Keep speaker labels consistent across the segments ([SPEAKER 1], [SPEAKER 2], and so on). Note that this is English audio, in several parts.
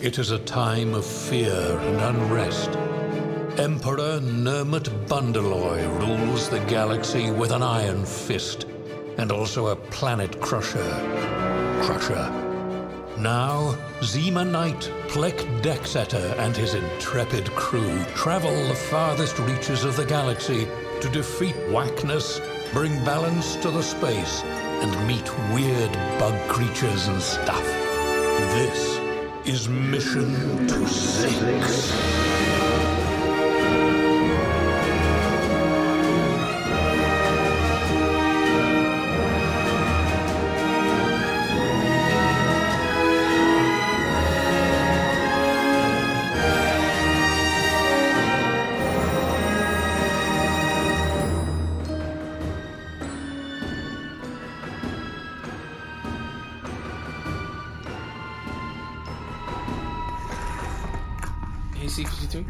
[SPEAKER 1] It is a time of fear and unrest. Emperor Nermat Bundeloy rules the galaxy with an iron fist and also a planet crusher. Crusher. Now, Zema Knight, Plek Dexeter, and his intrepid crew travel the farthest reaches of the galaxy to defeat whackness, bring balance to the space, and meet weird bug creatures and stuff. This is Mission to Six.
[SPEAKER 2] AC 53?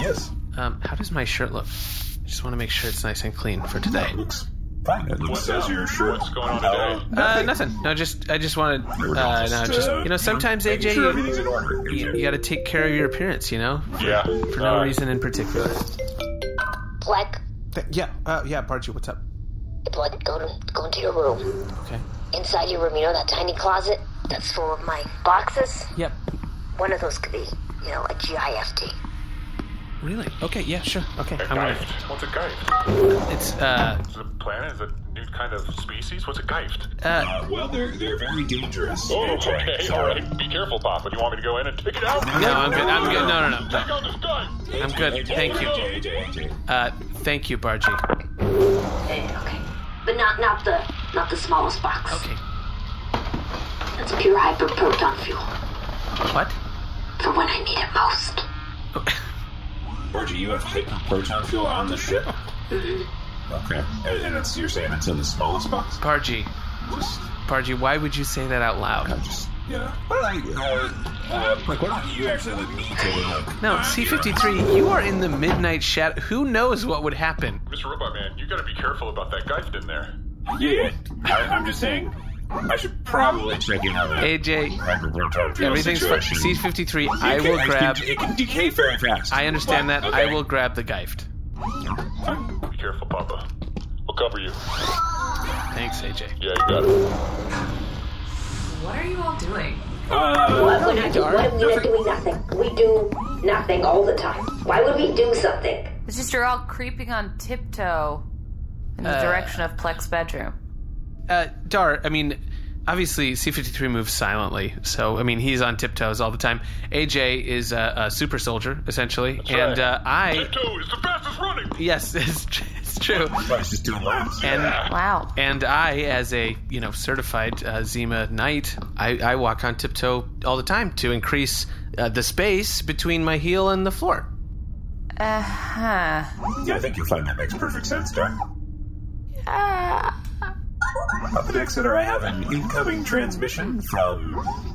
[SPEAKER 3] Yes.
[SPEAKER 2] Um, how does my shirt look? I just want to make sure it's nice and clean for today.
[SPEAKER 3] Looks fine. It
[SPEAKER 4] What
[SPEAKER 3] looks
[SPEAKER 4] does your shirt? What's going on today?
[SPEAKER 2] Uh, nothing. No, just I just wanted. Uh, no, just you know, sometimes AJ,
[SPEAKER 4] Sure,
[SPEAKER 2] you,
[SPEAKER 4] everything's in order.
[SPEAKER 2] you, you got to take care of your appearance. You know,
[SPEAKER 4] Yeah. Uh,
[SPEAKER 2] for no reason in particular.
[SPEAKER 5] Black,
[SPEAKER 2] Th- yeah, uh, yeah, Barju, what's up?
[SPEAKER 5] Black, go, to- go into your room.
[SPEAKER 2] Okay.
[SPEAKER 5] Inside your room, you know that tiny closet that's full of my boxes?
[SPEAKER 2] Yep.
[SPEAKER 5] One of those could be, you know, a GIFT.
[SPEAKER 2] Really? Okay. Yeah. Sure. Okay.
[SPEAKER 4] A
[SPEAKER 2] I'm gonna,
[SPEAKER 4] geift. What's a geift?
[SPEAKER 2] it's uh,
[SPEAKER 4] Is it a planet? Is it a new kind of species? What's a geift?
[SPEAKER 2] uh,
[SPEAKER 3] Well, they're they're very dangerous.
[SPEAKER 4] Oh, okay.
[SPEAKER 3] Sorry.
[SPEAKER 4] All right. Be careful, Pop. Would you want me to go in and take it out?
[SPEAKER 2] no, I'm good. I'm good. No, no, no,
[SPEAKER 4] Take
[SPEAKER 2] no.
[SPEAKER 4] out this guy.
[SPEAKER 2] I'm good. Thank you.
[SPEAKER 3] AJ, AJ, AJ.
[SPEAKER 2] Uh, thank you, Barji.
[SPEAKER 5] Eh, okay. But not not the not the smallest box.
[SPEAKER 2] Okay.
[SPEAKER 5] It's pure hyperproton fuel
[SPEAKER 2] What?
[SPEAKER 5] for when I need it most.
[SPEAKER 3] Bargy, you have hyperproton fuel on the ship? Okay. And, and it's, you're saying it's in the smallest box?
[SPEAKER 2] Barji.
[SPEAKER 3] Just,
[SPEAKER 2] Barji, why would you say that out loud?
[SPEAKER 3] just, yeah. Well, I, uh, uh, like, why don't you actually let me take a look?
[SPEAKER 2] No, C53, you are in the midnight shadow. Who knows what would happen?
[SPEAKER 4] Mr. Robot Man, you gotta be careful about that geift in there.
[SPEAKER 3] Yeah, I, I'm just saying, I should probably check in on that
[SPEAKER 2] AJ,
[SPEAKER 3] hyperproton fuel
[SPEAKER 2] everything's fine.
[SPEAKER 3] situation.
[SPEAKER 2] C53, I
[SPEAKER 3] It
[SPEAKER 2] will
[SPEAKER 3] can-
[SPEAKER 2] grab.
[SPEAKER 3] It can, it can decay very fast.
[SPEAKER 2] I understand
[SPEAKER 3] But,
[SPEAKER 2] that.
[SPEAKER 3] okay.
[SPEAKER 2] I will grab the Geift.
[SPEAKER 4] Be careful, Papa. We'll cover you.
[SPEAKER 2] Thanks, AJ.
[SPEAKER 4] Yeah, you got it.
[SPEAKER 6] What are you all doing?
[SPEAKER 3] Uh,
[SPEAKER 5] What would I do? What we are doing nothing. We do nothing all the time. Why would we do something?
[SPEAKER 6] It's just you're all creeping on tiptoe in the direction of Plex's bedroom.
[SPEAKER 2] Uh, Dar, I mean, obviously C53 moves silently, so I mean he's on tiptoes all the time. AJ is a, a super soldier essentially,
[SPEAKER 4] right.
[SPEAKER 2] and uh, I,
[SPEAKER 4] Two is the fastest running.
[SPEAKER 2] yes, it's, tr- it's true.
[SPEAKER 3] price is too loud.
[SPEAKER 2] And
[SPEAKER 6] Wow.
[SPEAKER 2] and I, as a you know certified uh, Zima knight, I, I walk on tiptoe all the time to increase uh, the space between my heel and the floor.
[SPEAKER 6] Uh huh.
[SPEAKER 3] Yeah, I think you'll find that makes perfect sense, Doc. Up at Exeter, I have an incoming transmission from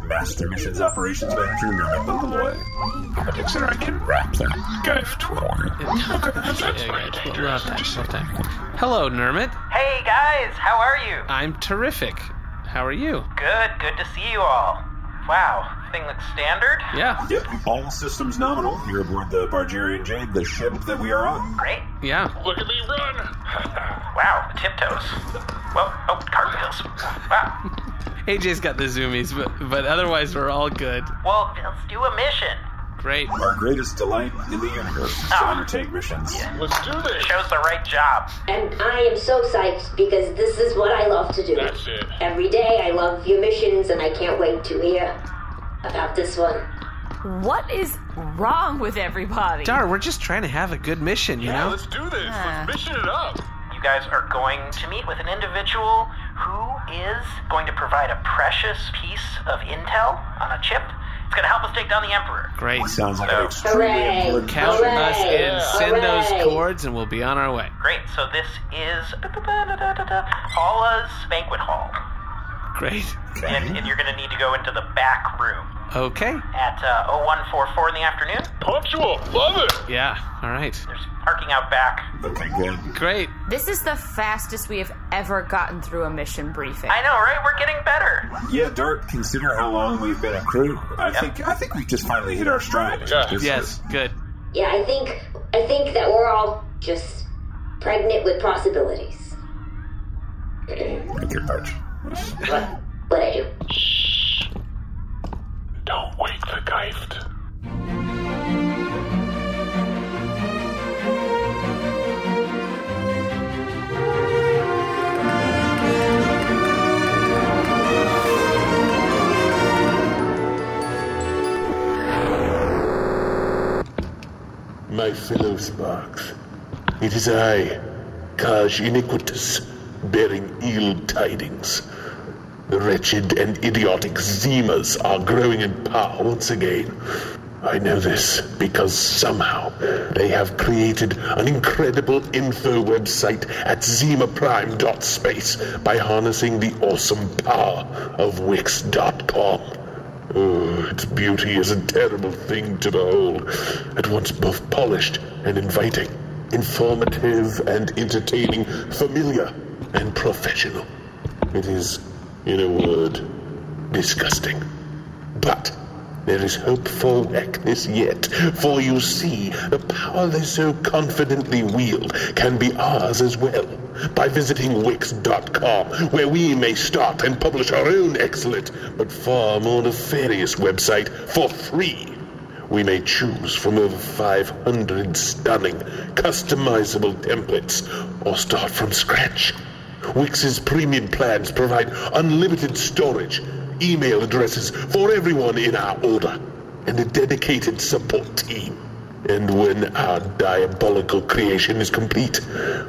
[SPEAKER 3] Master Missions Operations Manager Norman Bungaloy. Up at Exeter, I can wrap that guy for
[SPEAKER 2] We'll have time, we'll have time. Hello, Nermit.
[SPEAKER 7] Hey guys, how are you?
[SPEAKER 2] I'm terrific. How are you?
[SPEAKER 7] Good, good to see you all. Wow, thing looks standard.
[SPEAKER 2] Yeah,
[SPEAKER 3] Yep, all systems nominal. You're aboard the Bargerian Jade, the ship that we are on.
[SPEAKER 7] Great.
[SPEAKER 2] yeah.
[SPEAKER 4] Look at me run.
[SPEAKER 7] Wow, tiptoes. Well, oh, cartwheels. Wow.
[SPEAKER 2] AJ's got the zoomies, but but otherwise we're all good.
[SPEAKER 7] Well, let's do a mission.
[SPEAKER 2] Great.
[SPEAKER 3] Our greatest delight in the universe is to undertake missions.
[SPEAKER 4] Let's do this.
[SPEAKER 7] Chose the right job.
[SPEAKER 5] And I am so psyched because this is what I love to do.
[SPEAKER 4] That's it.
[SPEAKER 5] Every day I love your missions and I can't wait to hear about this one.
[SPEAKER 6] What is wrong with everybody?
[SPEAKER 2] Dar, we're just trying to have a good mission, you
[SPEAKER 4] Yeah,
[SPEAKER 2] know?
[SPEAKER 4] let's do this. Let's mission it up.
[SPEAKER 7] You guys are going to meet with an individual who is going to provide a precious piece of intel on a chip. It's going to help us take down the Emperor.
[SPEAKER 2] Great.
[SPEAKER 3] Sounds like an extremely
[SPEAKER 5] Hooray.
[SPEAKER 3] important
[SPEAKER 2] Count
[SPEAKER 5] Hooray.
[SPEAKER 2] us in, send
[SPEAKER 5] Hooray.
[SPEAKER 2] those chords, and we'll be on our way.
[SPEAKER 7] Great, so this is Paula's banquet hall.
[SPEAKER 2] Great.
[SPEAKER 7] and, and you're going to need to go into the back room
[SPEAKER 2] Okay.
[SPEAKER 7] at uh, 0144 in the afternoon.
[SPEAKER 4] Punctual. Love it.
[SPEAKER 2] Yeah. All right.
[SPEAKER 7] There's parking out back.
[SPEAKER 3] Okay, good.
[SPEAKER 2] Great.
[SPEAKER 6] This is the fastest we have ever gotten through a mission briefing.
[SPEAKER 7] I know, right? We're getting better.
[SPEAKER 3] Yeah, Dart, consider how long we've been a crew. I think I think we just finally hit our stride.
[SPEAKER 4] Yeah.
[SPEAKER 3] This
[SPEAKER 2] Yes.
[SPEAKER 3] is-
[SPEAKER 2] Good.
[SPEAKER 5] Yeah, I think I think that we're all just pregnant with possibilities.
[SPEAKER 3] Thank you, Dart.
[SPEAKER 5] What what I do?
[SPEAKER 4] Don't wake the gift.
[SPEAKER 8] My fellow sparks, it is I, Kaj Iniquitus, bearing ill tidings. The wretched and idiotic Zemas are growing in power once again. I know this because somehow they have created an incredible info website at zemaprime.space by harnessing the awesome power of Wix.com. Oh, its beauty is a terrible thing to behold, at once both polished and inviting, informative and entertaining, familiar and professional. It is, in a word, disgusting. But there is hope for Wackness yet, for you see, the power they so confidently wield can be ours as well. By visiting Wix.com, where we may start and publish our own excellent, but far more nefarious website for free. We may choose from over 500 stunning, customizable templates, or start from scratch. Wix's premium plans provide unlimited storage, email addresses for everyone in our order, and a dedicated support team. And when our diabolical creation is complete,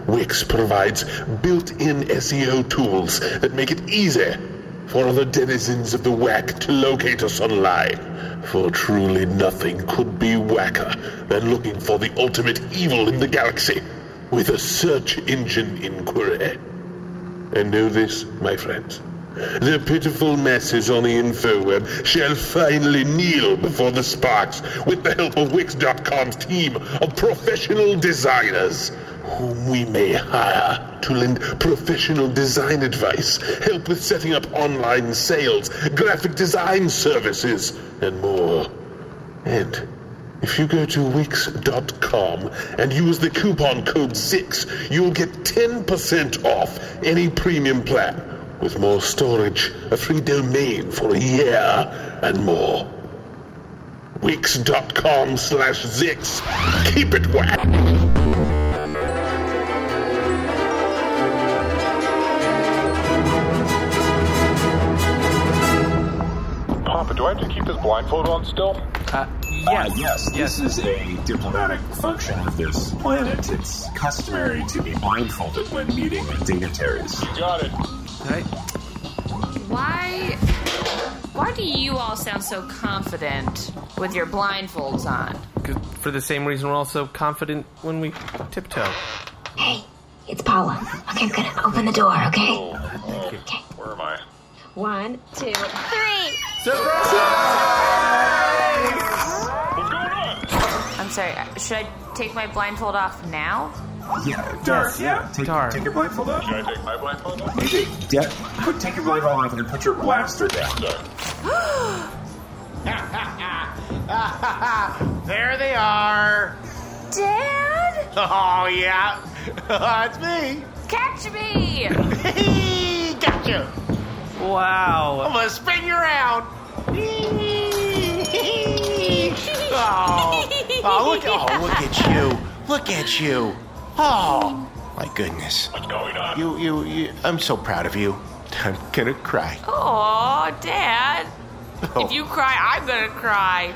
[SPEAKER 8] Wix provides built in SEO tools that make it easier for other denizens of the whack to locate us online. For truly nothing could be whacker than looking for the ultimate evil in the galaxy with a search engine inquiry. And know this, my friends. The pitiful masses on the InfoWeb shall finally kneel before the sparks with the help of Wix.com's team of professional designers, whom we may hire to lend professional design advice, help with setting up online sales, graphic design services, and more. And if you go to Wix.com and use the coupon code ZIX, you'll get 10% off any premium plan with more storage, a free domain for a year, and more. Wix.com slash ZIX. Keep it whack.
[SPEAKER 4] Papa, do I have to keep this blindfold on still?
[SPEAKER 3] Uh, yes, this is a diplomatic function of this planet. It's customary to be blindfolded when meeting dignitaries.
[SPEAKER 4] Got it.
[SPEAKER 2] All right.
[SPEAKER 6] Why? Why do you all sound so confident with your blindfolds on?
[SPEAKER 2] Good. For the same reason, we're also confident when we tiptoe.
[SPEAKER 9] Hey, it's Paula. Okay, I'm gonna open the door, okay? Okay.
[SPEAKER 4] Where am I?
[SPEAKER 9] One, two, three.
[SPEAKER 4] What's going on?
[SPEAKER 6] I'm sorry. I- Should I take my blindfold off now?
[SPEAKER 3] Yeah, Dart, yeah. Take,
[SPEAKER 2] Dart.
[SPEAKER 3] take your blindfold off.
[SPEAKER 4] Should I take my blindfold off?
[SPEAKER 3] Maybe. Yeah. Put, take your blindfold off and put your blaster down.
[SPEAKER 10] There they are.
[SPEAKER 6] Dad,
[SPEAKER 10] Oh, yeah. Oh, it's me.
[SPEAKER 6] catch me!
[SPEAKER 10] Hee, gotcha. I'm
[SPEAKER 11] Oh,
[SPEAKER 2] Wow.
[SPEAKER 10] going to spin you around. Hee. oh. oh, look, oh, look at you. Look at you. Oh, my goodness.
[SPEAKER 4] What's going on?
[SPEAKER 10] You, you, you, I'm so proud of you. I'm going to cry.
[SPEAKER 6] Oh, Dad.
[SPEAKER 2] Oh.
[SPEAKER 6] If you cry, I'm gonna cry.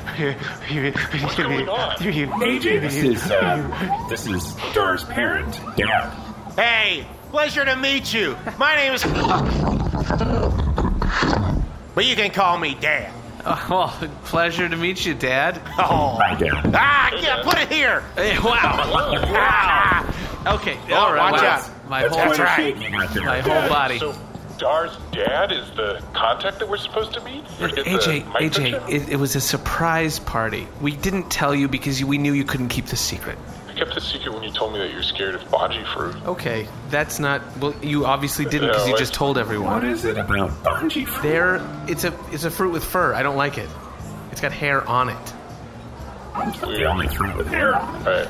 [SPEAKER 10] What's
[SPEAKER 4] going on?
[SPEAKER 3] AJ, this is, uh, this is Dart's parent. Dad.
[SPEAKER 10] Hey, pleasure to meet you. My name is. But you can call me Dan.
[SPEAKER 2] Oh, well, pleasure to meet you, Dad.
[SPEAKER 10] Oh.
[SPEAKER 3] Hi, Dad.
[SPEAKER 10] Ah, yeah, put it here.
[SPEAKER 2] Hey, wow.
[SPEAKER 10] Ah.
[SPEAKER 2] Okay.
[SPEAKER 10] Oh,
[SPEAKER 2] all right.
[SPEAKER 10] watch
[SPEAKER 2] wow.
[SPEAKER 10] out.
[SPEAKER 2] My
[SPEAKER 3] That's
[SPEAKER 2] whole
[SPEAKER 3] quite a
[SPEAKER 10] right.
[SPEAKER 3] shaking right there.
[SPEAKER 2] my whole body.
[SPEAKER 4] So, Dar's dad is the contact that we're supposed to meet?
[SPEAKER 2] Look, AJ, AJ, it, it was a surprise party. We didn't tell you because you- we knew you couldn't keep the secret.
[SPEAKER 4] I kept the secret when you told me that you're scared of Baji fruit.
[SPEAKER 2] Okay, that's not. Well, you obviously didn't
[SPEAKER 4] No,
[SPEAKER 2] because you
[SPEAKER 4] it's-
[SPEAKER 2] just told everyone.
[SPEAKER 4] What is it about
[SPEAKER 2] bungee fruit? There, it's a it's a fruit with fur. I don't like it. It's got hair on it.
[SPEAKER 4] The only fruit with hair. Alright.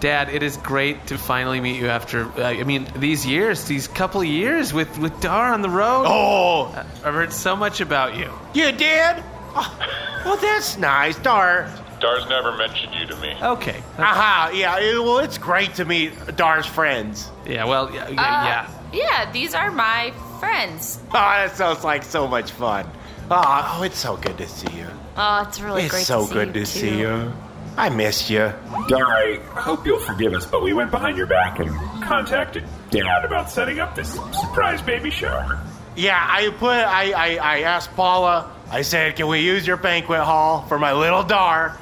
[SPEAKER 2] Dad, it is great to finally meet you after. Uh, I mean, these years, these couple years with with Dar on the road.
[SPEAKER 10] Oh.
[SPEAKER 2] Uh, I've heard so much about you.
[SPEAKER 10] You did? Oh, well, that's nice, Dar.
[SPEAKER 4] Dar's never mentioned you to me.
[SPEAKER 2] Okay.
[SPEAKER 10] Aha, yeah, it- well, it's great to meet Dar's friends.
[SPEAKER 2] Yeah, well, yeah.
[SPEAKER 6] Uh, Yeah, these are my friends.
[SPEAKER 10] Oh, that sounds like so much fun. Ah, oh, it's so good to see you.
[SPEAKER 6] Oh, it's really
[SPEAKER 10] it's
[SPEAKER 6] great
[SPEAKER 10] so
[SPEAKER 6] to see
[SPEAKER 10] good
[SPEAKER 6] you
[SPEAKER 10] to
[SPEAKER 6] too.
[SPEAKER 10] see you. I miss you.
[SPEAKER 3] Dar, I hope you'll forgive us, but we went behind your back and contacted Dad about setting up this surprise baby shower.
[SPEAKER 10] Yeah, I put I, I I asked Paula. I said, "Can we use your banquet hall for my little Dar?"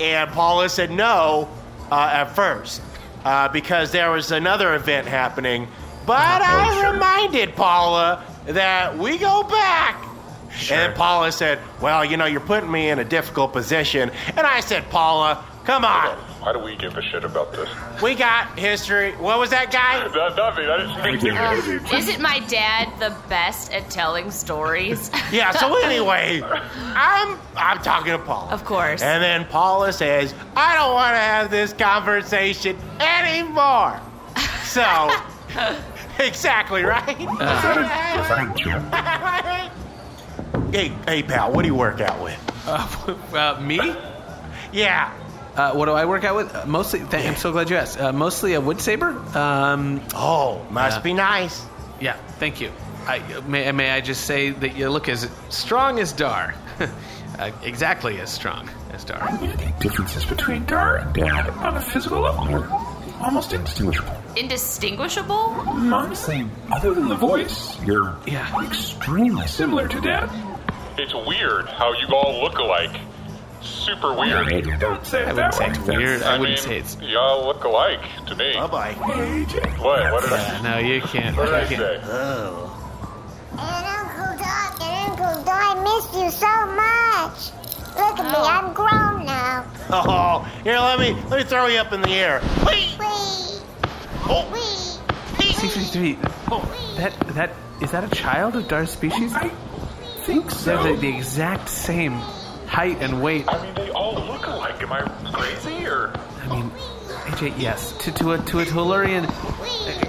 [SPEAKER 10] And Paula said no uh, at first uh, because there was another event happening. But I reminded Paula that we go back.
[SPEAKER 2] Oh,
[SPEAKER 10] And Paula said, "Well, you know, you're putting me in a difficult position." And I said, "Paula, come on,
[SPEAKER 4] Why do we give a shit about this?
[SPEAKER 10] we got history. What was that guy?"
[SPEAKER 4] Not, nothing. I didn't think you
[SPEAKER 6] Uh, isn't my dad the best at telling stories?
[SPEAKER 10] Yeah, so anyway, I'm I'm talking to Paula.
[SPEAKER 6] Of course.
[SPEAKER 10] And then Paula says, I don't want to have this conversation anymore. So, exactly right?
[SPEAKER 2] Uh,
[SPEAKER 10] hey, hey, pal, what do you work out with?
[SPEAKER 2] Uh, uh, me?
[SPEAKER 10] Yeah.
[SPEAKER 2] Uh, what do I work out with? Uh, mostly. Th- I'm so glad you asked. Uh, mostly a wood saber. Um,
[SPEAKER 10] oh, must be nice.
[SPEAKER 2] Yeah. Thank you. I, may, may I just say that you look as strong as Dar. uh, exactly as strong as Dar.
[SPEAKER 3] Differences between Dar and Dad on a physical level are almost indistinguishable.
[SPEAKER 6] Indistinguishable?
[SPEAKER 3] Honestly, other than the voice, you're extremely similar to Dad.
[SPEAKER 4] It's weird how you all look alike. Super weird.
[SPEAKER 3] Don't say
[SPEAKER 2] I
[SPEAKER 3] it
[SPEAKER 2] wouldn't
[SPEAKER 3] that
[SPEAKER 2] say
[SPEAKER 3] way.
[SPEAKER 2] it's weird. I wouldn't
[SPEAKER 4] mean,
[SPEAKER 2] say it's.
[SPEAKER 4] Y'all look alike to me.
[SPEAKER 10] Bye bye.
[SPEAKER 3] Hey, AJ.
[SPEAKER 4] What? What did I,
[SPEAKER 2] Yeah, no, you can't.
[SPEAKER 4] what did I
[SPEAKER 2] you can't.
[SPEAKER 4] say?
[SPEAKER 3] Oh.
[SPEAKER 12] And Uncle Doc and Uncle Doc, I miss you so much. Look at me,
[SPEAKER 6] Oh.
[SPEAKER 12] I'm grown now.
[SPEAKER 10] Oh, here, let me let me throw you up in the air. Whee!
[SPEAKER 12] Wee,
[SPEAKER 10] Oh,
[SPEAKER 12] wee.
[SPEAKER 2] C53. Oh, that that is that a child of Dar's species?
[SPEAKER 3] I think so.
[SPEAKER 2] They're the, the exact same height and weight.
[SPEAKER 4] I mean, they all look alike. Am I crazy or?
[SPEAKER 2] I mean, AJ, yes, to to a to a Tellurian.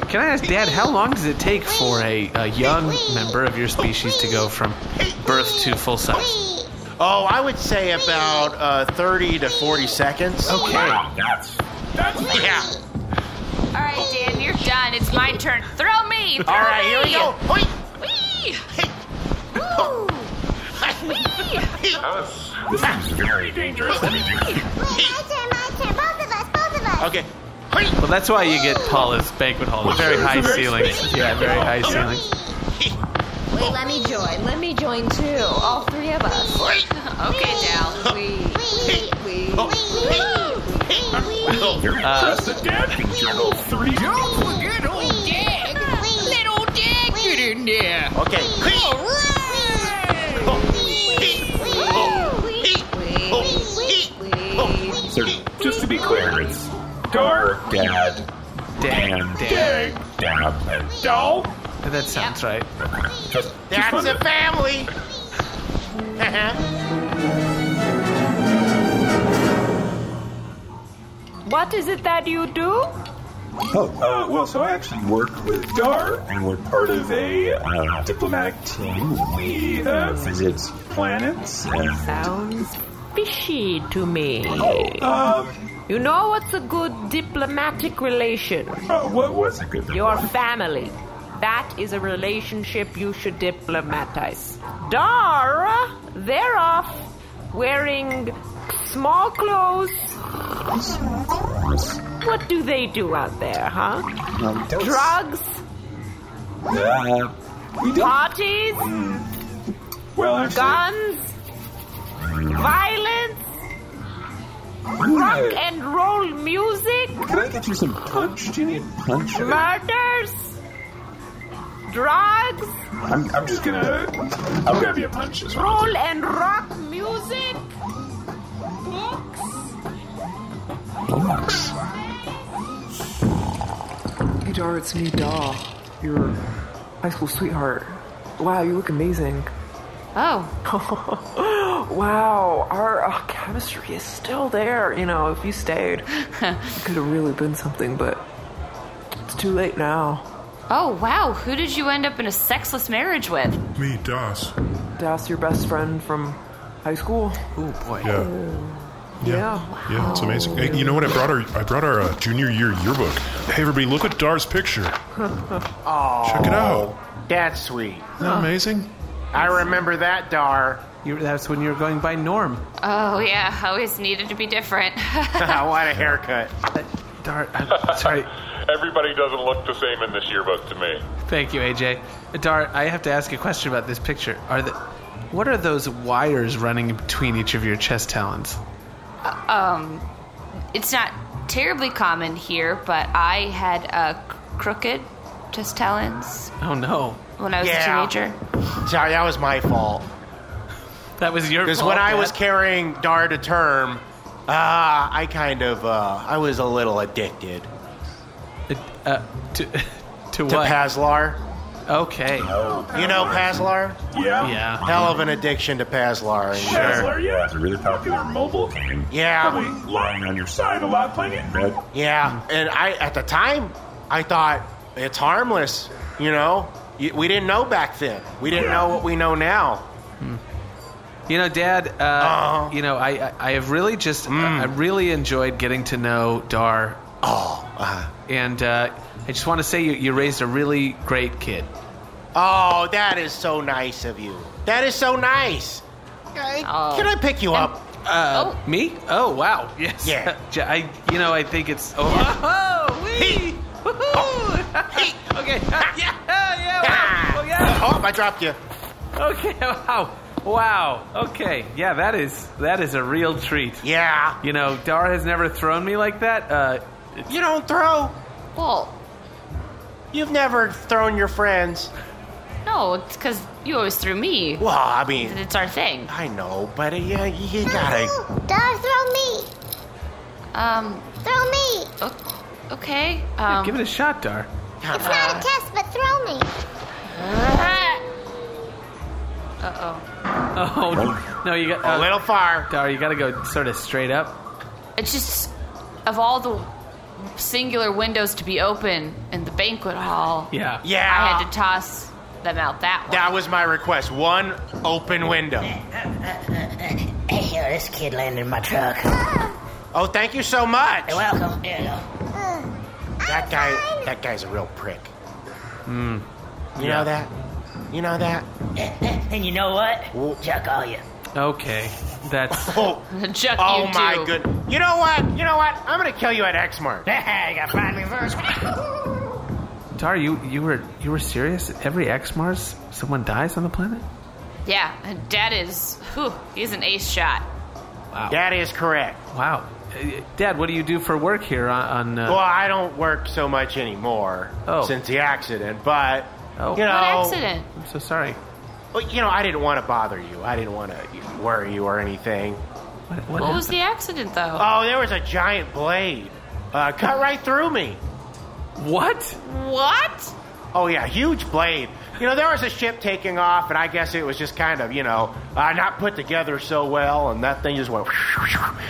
[SPEAKER 2] Can I ask, Dad, how long does it take for a, a young member of your species to go from birth to full size?
[SPEAKER 10] oh, I would say about uh, 30 to 40 seconds.
[SPEAKER 2] Okay.
[SPEAKER 3] That's that's
[SPEAKER 10] Yeah.
[SPEAKER 6] All right, Dan, you're done. It's my turn. Throw me. Throw
[SPEAKER 10] All right,
[SPEAKER 6] me.
[SPEAKER 10] here we go. Whee!
[SPEAKER 6] Whee!
[SPEAKER 4] That's
[SPEAKER 3] very dangerous.
[SPEAKER 12] Wait, my turn, my turn. Both of us, both of us.
[SPEAKER 10] Okay.
[SPEAKER 2] Well, that's why you get Paula's banquet hall. with very high ceilings. Yeah, very high ceilings.
[SPEAKER 13] Wait, let me join. Let me join too. All three of us.
[SPEAKER 6] Okay, Dal.
[SPEAKER 13] We,
[SPEAKER 12] Wee,
[SPEAKER 13] we,
[SPEAKER 10] Oh.
[SPEAKER 12] wee, wee, wee.
[SPEAKER 3] Just uh, the Dad can juggle three.
[SPEAKER 13] Good old dick. Little dick. Get in there.
[SPEAKER 10] Okay.
[SPEAKER 3] So just to be clear, it's Dar, Dad,
[SPEAKER 2] Damn, damn.
[SPEAKER 3] Dag, Dab, and Doll.
[SPEAKER 2] That sounds right.
[SPEAKER 3] Just
[SPEAKER 10] That's a family. Uh-huh.
[SPEAKER 13] What is it that you do?
[SPEAKER 3] Oh, uh, well, so I actually worked with Dar, and we're part of a uh, diplomatic team. We uh, visit planets. And,
[SPEAKER 13] Sounds fishy to me.
[SPEAKER 3] um,
[SPEAKER 13] You know what's a good diplomatic relation?
[SPEAKER 3] oh, what was a good
[SPEAKER 13] Your family. That is a relationship you should diplomatize. Dara, they're off wearing small clothes. What do they do out there, huh?
[SPEAKER 3] Um, don't-
[SPEAKER 13] Drugs?
[SPEAKER 3] Uh, we don't.
[SPEAKER 13] Parties?
[SPEAKER 3] Well, actually,
[SPEAKER 13] Guns? Violence?
[SPEAKER 3] ooh,
[SPEAKER 13] Rock
[SPEAKER 3] uh,
[SPEAKER 13] and roll music?
[SPEAKER 3] can I get you some punch? Do you need punch?
[SPEAKER 13] Murders? drugs,
[SPEAKER 3] I'm, I'm just gonna. I'll grab you a punch. That's what I'll do.
[SPEAKER 13] roll and rock music, books.
[SPEAKER 14] Hey, Dar, it's me, Daw. Your high school sweetheart. Wow, you look amazing. Oh. wow, our uh, chemistry is still there. You know, if you stayed, it could have really been something, but it's too late now.
[SPEAKER 6] Oh, wow. Who did you end up in a sexless marriage with?
[SPEAKER 14] Me, Das. Das, your best friend from high school.
[SPEAKER 2] Oh, boy.
[SPEAKER 15] Yeah. Yeah.
[SPEAKER 14] Yeah.
[SPEAKER 15] Yeah, it's amazing. Hey, you know what? I brought our I brought our uh, junior year yearbook. Hey, everybody, look at Dar's picture.
[SPEAKER 10] Oh,
[SPEAKER 15] Check it out.
[SPEAKER 10] That's sweet.
[SPEAKER 15] Huh. amazing?
[SPEAKER 10] I remember that, Dar.
[SPEAKER 2] You, that's when you were going by Norm.
[SPEAKER 6] Oh, yeah. Always needed to be different.
[SPEAKER 10] what a haircut.
[SPEAKER 2] Dar, I'm sorry.
[SPEAKER 4] Everybody doesn't look the same in this yearbook to me.
[SPEAKER 2] Thank you, AJ. Dar, I have to ask a question about this picture. Are the, What are those wires running between each of your chest talons?
[SPEAKER 6] um, it's not terribly common here, but I had uh, c- crooked test talons
[SPEAKER 2] Oh, no.
[SPEAKER 6] when I was
[SPEAKER 10] Yeah.
[SPEAKER 6] a teenager.
[SPEAKER 10] Sorry, that was my fault.
[SPEAKER 2] That was your
[SPEAKER 10] Because
[SPEAKER 2] fault,
[SPEAKER 10] when I
[SPEAKER 2] Dad.
[SPEAKER 10] was carrying Dar to term, uh, I kind of, uh, I was a little addicted.
[SPEAKER 2] Uh, to to
[SPEAKER 10] To
[SPEAKER 2] what?
[SPEAKER 10] Paslar.
[SPEAKER 2] Okay.
[SPEAKER 10] You know Paslar?
[SPEAKER 3] Yeah.
[SPEAKER 2] Yeah.
[SPEAKER 10] Hell of an addiction to Paslar.
[SPEAKER 3] Sure. yeah, it's a really popular mobile game.
[SPEAKER 10] Yeah.
[SPEAKER 3] Probably lying on your side a lot playing it in bed.
[SPEAKER 10] Yeah, and I at the time I thought it's harmless. You know, Y- we didn't know back then. We didn't know what we know now.
[SPEAKER 2] You know, Dad. Uh,
[SPEAKER 10] Uh-huh.
[SPEAKER 2] You know, I, I I have really just
[SPEAKER 10] Mm.
[SPEAKER 2] I, I really enjoyed getting to know Dar.
[SPEAKER 10] Oh.
[SPEAKER 2] And uh, I just want to say you, you raised a really great kid.
[SPEAKER 10] Oh, that is so nice of you. That is so nice. Can I pick you up?
[SPEAKER 2] Oh. Uh, Me? Oh wow. Yes. Yeah. I you know I think it's. Oh.
[SPEAKER 13] Oh, wee!
[SPEAKER 2] Woohoo! okay. Yeah, yeah, wow. Oh, yeah.
[SPEAKER 10] Oh, I dropped you.
[SPEAKER 2] Okay. Wow. Wow. Okay. Yeah, that is that is a real treat.
[SPEAKER 10] Yeah.
[SPEAKER 2] You know, Dar has never thrown me like that. Uh,
[SPEAKER 10] You don't throw.
[SPEAKER 6] Well,
[SPEAKER 10] You've never thrown your friends.
[SPEAKER 6] no, it's because you always threw me.
[SPEAKER 10] Well, Oh, I mean,
[SPEAKER 6] it's our thing.
[SPEAKER 10] I know, but uh, yeah, you gotta.
[SPEAKER 12] Dar, throw me.
[SPEAKER 6] Um,
[SPEAKER 12] Throw me.
[SPEAKER 6] okay. Um,
[SPEAKER 2] give it a shot, Dar.
[SPEAKER 12] It's not a test, but throw me.
[SPEAKER 6] Uh oh.
[SPEAKER 2] Oh no, you got
[SPEAKER 10] a little far.
[SPEAKER 2] Dar, you got to go sort of straight up.
[SPEAKER 6] It's just of all the singular windows to be open in the banquet hall.
[SPEAKER 2] Yeah.
[SPEAKER 10] Yeah.
[SPEAKER 6] I had to toss them out that way.
[SPEAKER 10] That was my request. One open window.
[SPEAKER 16] Hey, yo, this kid landed in my truck.
[SPEAKER 10] Oh, thank you so much.
[SPEAKER 16] You're welcome. There you go.
[SPEAKER 10] That guy, that guy's a real prick.
[SPEAKER 2] Hmm.
[SPEAKER 10] You
[SPEAKER 2] Yeah.
[SPEAKER 10] know that? You know that?
[SPEAKER 2] Oh,
[SPEAKER 16] And you know what? Chuck all you.
[SPEAKER 2] Okay. That's.
[SPEAKER 10] Oh.
[SPEAKER 6] Chuck
[SPEAKER 10] oh
[SPEAKER 16] you
[SPEAKER 10] my
[SPEAKER 16] too.
[SPEAKER 10] good. You know what? You know what? I'm gonna kill you at Xmart.
[SPEAKER 16] you gotta find me first.
[SPEAKER 2] Dar, you you were you were serious? Every X Mars, someone dies on the planet.
[SPEAKER 6] Yeah, and Dad is. Whew, he's an ace shot.
[SPEAKER 2] Wow.
[SPEAKER 10] That is correct.
[SPEAKER 2] Wow. Uh, Dad, what do you do for work here on? on uh,
[SPEAKER 10] Well, I don't work so much anymore
[SPEAKER 2] Oh.
[SPEAKER 10] since the accident, but
[SPEAKER 2] Oh.
[SPEAKER 10] you know,
[SPEAKER 2] I'm so sorry.
[SPEAKER 10] Well, you know, I didn't want to bother you. I didn't want to worry you or anything.
[SPEAKER 6] What, was the accident, though?
[SPEAKER 10] Oh, there was a giant blade uh, cut right through me.
[SPEAKER 2] What?
[SPEAKER 6] What?
[SPEAKER 10] Oh yeah, huge blade. You know, there was a ship taking off, and I guess it was just kind of, you know, uh, not put together so well, and that thing just went.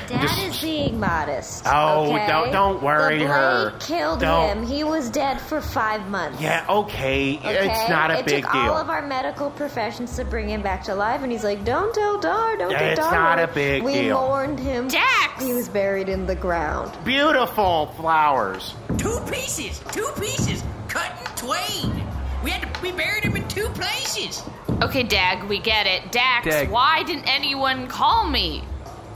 [SPEAKER 11] Dad is being modest.
[SPEAKER 10] Oh,
[SPEAKER 11] okay?
[SPEAKER 10] don't- don't worry
[SPEAKER 11] the blade
[SPEAKER 10] her.
[SPEAKER 11] Killed
[SPEAKER 10] Don't.
[SPEAKER 11] him. He was dead for five months.
[SPEAKER 10] Yeah, okay,
[SPEAKER 11] Okay?
[SPEAKER 10] it's not a
[SPEAKER 11] it
[SPEAKER 10] big
[SPEAKER 11] took
[SPEAKER 10] deal.
[SPEAKER 11] all of our medical professions to bring him back to life, and he's like, "Don't tell Dar, don't
[SPEAKER 10] It's
[SPEAKER 11] tell Dar."
[SPEAKER 10] not a big
[SPEAKER 11] we
[SPEAKER 10] deal.
[SPEAKER 11] We mourned him.
[SPEAKER 6] Dax.
[SPEAKER 11] He was buried in the ground.
[SPEAKER 10] Beautiful flowers.
[SPEAKER 17] Two pieces, two pieces, cut in twain. We had to, we buried him in two places.
[SPEAKER 6] Okay, Dag, we get it. Dax,
[SPEAKER 11] Dag.
[SPEAKER 6] why didn't anyone call me?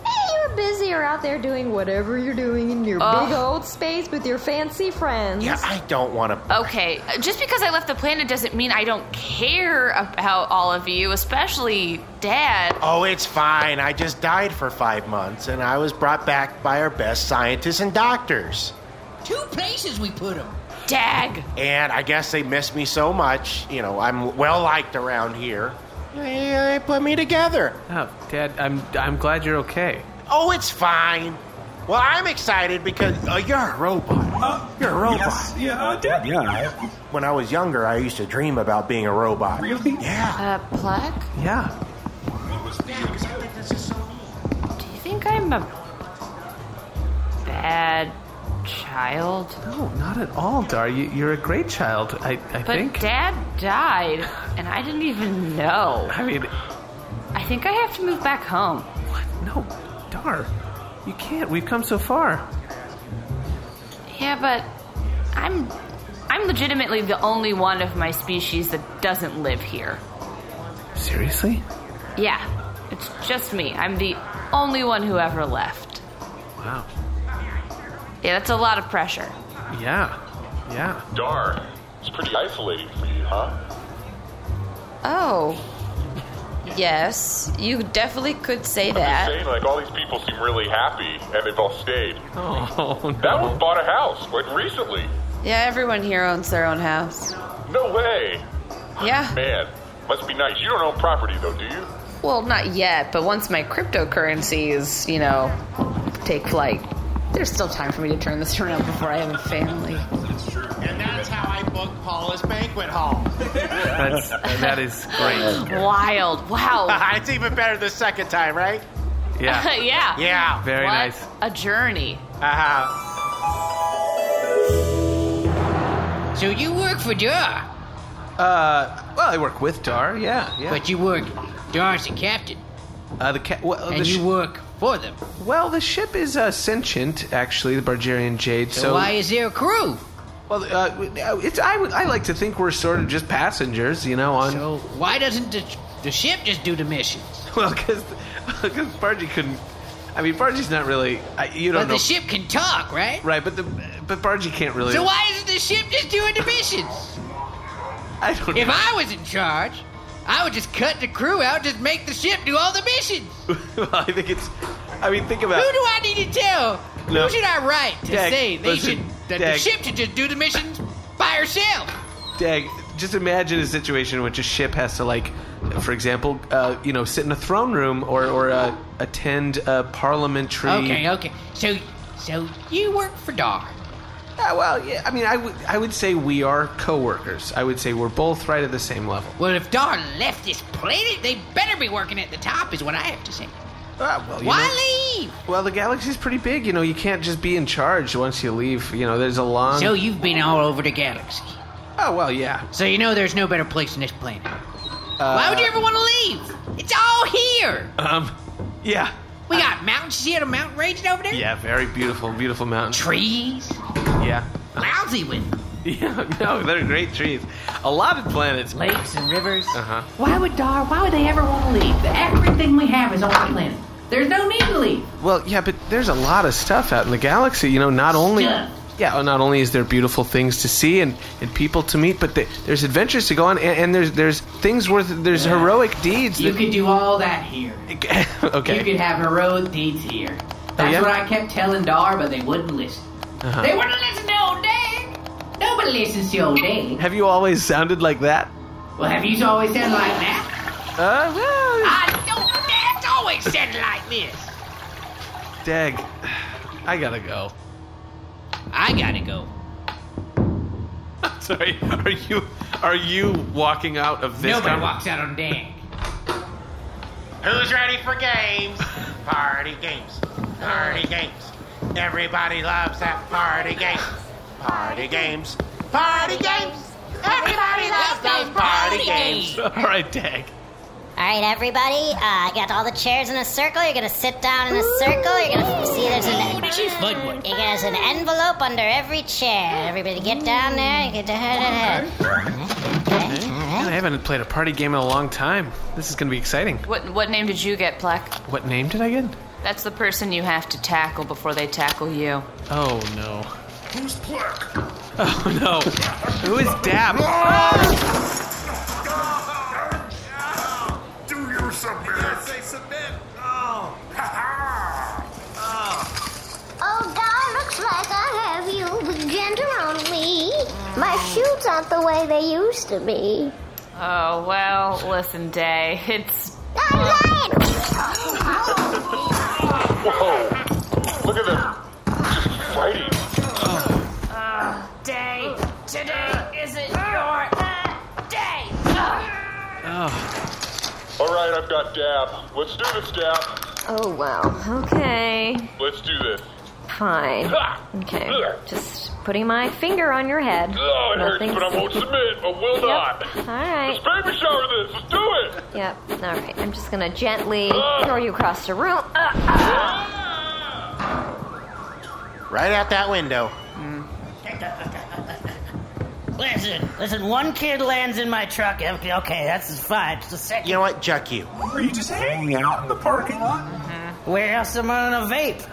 [SPEAKER 11] Hey, you were busy or out there doing whatever you're doing in your
[SPEAKER 6] Ugh.
[SPEAKER 11] big old space with your fancy friends.
[SPEAKER 10] Uh. Yeah, I don't want to.
[SPEAKER 6] Okay, uh, just because I left the planet doesn't mean I don't care about all of you, especially Dad.
[SPEAKER 10] Oh, it's fine. I just died for five months, and I was brought back by our best scientists and doctors.
[SPEAKER 17] Two places we put him.
[SPEAKER 6] Dag.
[SPEAKER 10] And I guess they miss me so much. You know, I'm well liked around here. They, they put me together.
[SPEAKER 2] Oh, Dad, I'm I'm glad you're okay.
[SPEAKER 10] Oh, it's fine. Well, I'm excited because uh, you're a robot. you're a robot.
[SPEAKER 3] yeah, uh, Dad, yeah. I-
[SPEAKER 10] when I was younger, I used to dream about being a robot.
[SPEAKER 3] Really?
[SPEAKER 6] Yeah. Uh, plaque?
[SPEAKER 10] Yeah.
[SPEAKER 6] Do you think I'm a bad child?
[SPEAKER 2] No, Oh, not at all, Dar. You, you're a great child. I I
[SPEAKER 6] But
[SPEAKER 2] think.
[SPEAKER 6] Dad died, and I didn't even know.
[SPEAKER 2] I mean,
[SPEAKER 6] I think I have to move back home.
[SPEAKER 2] Dar, you can't. We've come so far.
[SPEAKER 6] Yeah, but I'm I'm legitimately the only one of my species that doesn't live here.
[SPEAKER 2] Seriously?
[SPEAKER 6] Yeah, it's just me. I'm the only one who ever left.
[SPEAKER 3] Oh.
[SPEAKER 2] Wow.
[SPEAKER 6] Yeah, that's a lot of pressure.
[SPEAKER 2] Yeah. Yeah.
[SPEAKER 4] Darn. It's pretty isolating for you, huh?
[SPEAKER 6] Oh. Yes, you definitely could say
[SPEAKER 4] I'm just saying, like, all these people seem really happy, and they've all stayed.
[SPEAKER 2] Oh, no.
[SPEAKER 4] That one bought a house, like, recently.
[SPEAKER 6] Yeah, everyone here owns their own house.
[SPEAKER 4] No way.
[SPEAKER 6] Yeah.
[SPEAKER 4] Man, must be nice. You don't own property, though, do you?
[SPEAKER 6] Well, not yet, but once my cryptocurrencies, you know, take flight, there's still time for me to turn this around before I have a family.
[SPEAKER 10] And that's how I booked Paula's banquet hall.
[SPEAKER 2] That's that is great.
[SPEAKER 6] Wild. Wow.
[SPEAKER 10] it's even better the second time, right?
[SPEAKER 2] Yeah.
[SPEAKER 6] yeah.
[SPEAKER 10] Yeah.
[SPEAKER 2] Very
[SPEAKER 6] What
[SPEAKER 2] nice.
[SPEAKER 6] A journey.
[SPEAKER 10] Uh-huh.
[SPEAKER 17] So you work for Dar,
[SPEAKER 2] Uh, well, I work with Dar. Yeah. Yeah.
[SPEAKER 17] but you work. Dar's the captain,
[SPEAKER 2] Uh, the ca- well,
[SPEAKER 17] and
[SPEAKER 2] the
[SPEAKER 17] you
[SPEAKER 2] sh-
[SPEAKER 17] work for them.
[SPEAKER 2] well, the ship is uh, sentient, actually, the Bargerian Jade. So,
[SPEAKER 17] So, why is there a crew?
[SPEAKER 2] Well, uh, it's I would I like to think we're sort of just passengers, you know. On
[SPEAKER 17] So why doesn't the, the ship just do the missions?
[SPEAKER 2] well, because because Bargy couldn't. I mean, Bargy's not really. I, you don't
[SPEAKER 17] But
[SPEAKER 2] know.
[SPEAKER 17] the ship can talk, right?
[SPEAKER 2] right, but the but Bargy can't really.
[SPEAKER 17] So why isn't the ship just doing the missions?
[SPEAKER 2] I don't.
[SPEAKER 17] If
[SPEAKER 2] know.
[SPEAKER 17] I was in charge, I would just cut the crew out, just make the ship do all the missions.
[SPEAKER 2] well, I think it's. I mean, think
[SPEAKER 17] Who
[SPEAKER 2] about.
[SPEAKER 17] do I need to tell?
[SPEAKER 2] No.
[SPEAKER 17] Who should I write to
[SPEAKER 2] Dag,
[SPEAKER 17] say they
[SPEAKER 2] listen,
[SPEAKER 17] should that
[SPEAKER 2] Dag.
[SPEAKER 17] the ship should just do the missions by herself?
[SPEAKER 2] Dag, just imagine a situation in which a ship has to, like, for example, uh, you know, sit in a throne room or, or uh, attend a parliamentary.
[SPEAKER 17] Okay, okay. So, so you work for Dar.
[SPEAKER 2] Uh, well, yeah, I mean, I would I would say we are coworkers. I would say we're both right at the same level.
[SPEAKER 17] Well, if Dar left this planet, they better be working at the top, is what I have to say.
[SPEAKER 2] Ah, well, you know-
[SPEAKER 17] Why leave?
[SPEAKER 2] well, the galaxy's pretty big. You know, you can't just be in charge once you leave. You know, there's a long.
[SPEAKER 17] So you've been all over the galaxy.
[SPEAKER 2] oh well, yeah.
[SPEAKER 17] So you know there's no better place than this planet.
[SPEAKER 2] Uh,
[SPEAKER 17] Why would you ever want to leave? It's all here.
[SPEAKER 2] Um, yeah,
[SPEAKER 17] We got mountains. You see the mountain range over there?
[SPEAKER 2] yeah. Very beautiful, beautiful mountain.
[SPEAKER 17] Trees.
[SPEAKER 2] Yeah.
[SPEAKER 17] Lousy with
[SPEAKER 2] Yeah, no, they're great trees. A lot of planets.
[SPEAKER 17] lakes and rivers.
[SPEAKER 2] Uh huh.
[SPEAKER 18] Why would Dar? Why would they ever want to leave? The accurate thing we have is on the planet. There's no need to leave.
[SPEAKER 2] Well, yeah, but there's a lot of stuff out in the galaxy. You know, not only
[SPEAKER 18] Stuff.
[SPEAKER 2] yeah, well, not only is there beautiful things to see and, and people to meet, but the, there's adventures to go on, and, and there's there's things worth there's heroic deeds.
[SPEAKER 18] You
[SPEAKER 2] that-
[SPEAKER 18] could do all that here.
[SPEAKER 2] okay. Oh,
[SPEAKER 18] You could have heroic deeds here. That's
[SPEAKER 2] yeah?
[SPEAKER 18] what I kept telling Dar, but they wouldn't listen.
[SPEAKER 2] Uh-huh.
[SPEAKER 18] They wouldn't listen to old Dag. Nobody listens to old Dag.
[SPEAKER 2] have you always sounded like that?
[SPEAKER 18] Well, have you always Ah, sounded like that?
[SPEAKER 2] Uh, well,
[SPEAKER 17] I don't. That's always said it like this.
[SPEAKER 2] Dag, I gotta go.
[SPEAKER 17] I gotta go.
[SPEAKER 2] Sorry, are you are you walking out of this?
[SPEAKER 17] Nobody
[SPEAKER 2] con-
[SPEAKER 17] walks out on Dag.
[SPEAKER 10] Who's ready for games? Party games. Party games. Everybody loves that party game. Party games. Party games. Everybody loves those party games.
[SPEAKER 2] All right, Dag.
[SPEAKER 19] All right, everybody, uh, got all the chairs in a circle. You're gonna sit down in a circle. You're gonna see there's an You there's an envelope under every chair. Everybody get down there. You get
[SPEAKER 2] Man, I haven't played a party game in a long time. This is gonna be exciting.
[SPEAKER 6] What what name did you get, Plek?
[SPEAKER 2] What name did I get?
[SPEAKER 6] That's the person you have to tackle before they tackle you.
[SPEAKER 2] Oh no.
[SPEAKER 3] Who's Pluck?
[SPEAKER 2] Oh no. Who is Oh! Dab?
[SPEAKER 3] Do you submit? I say submit. Oh.
[SPEAKER 12] Oh, Dar, looks like I have you jammed around me.
[SPEAKER 6] Mm.
[SPEAKER 12] shoes aren't the way they used to be.
[SPEAKER 6] Oh, well, listen, Day. It's.
[SPEAKER 4] Whoa! Look at them just fighting.
[SPEAKER 17] Uh, day. Today isn't your day.
[SPEAKER 4] All right, I've got Dab. Let's do this, Dab.
[SPEAKER 11] Oh, wow. Okay.
[SPEAKER 4] Let's do this.
[SPEAKER 11] Fine. Okay. Just putting my finger on your head.
[SPEAKER 4] Oh, it hurts,
[SPEAKER 11] Nothing
[SPEAKER 4] but I won't submit. I will not.
[SPEAKER 11] All right.
[SPEAKER 4] Let's baby shower this. Let's do it.
[SPEAKER 11] Yep. All right. I'm just gonna gently throw you across the room. Ah,
[SPEAKER 10] Right out that window.
[SPEAKER 16] Listen, listen, one kid lands in my truck. Okay, okay that's fine. Just a second.
[SPEAKER 10] You know what? Juck you.
[SPEAKER 3] Were you just hanging out in the parking lot?
[SPEAKER 16] Where else am I on a vape?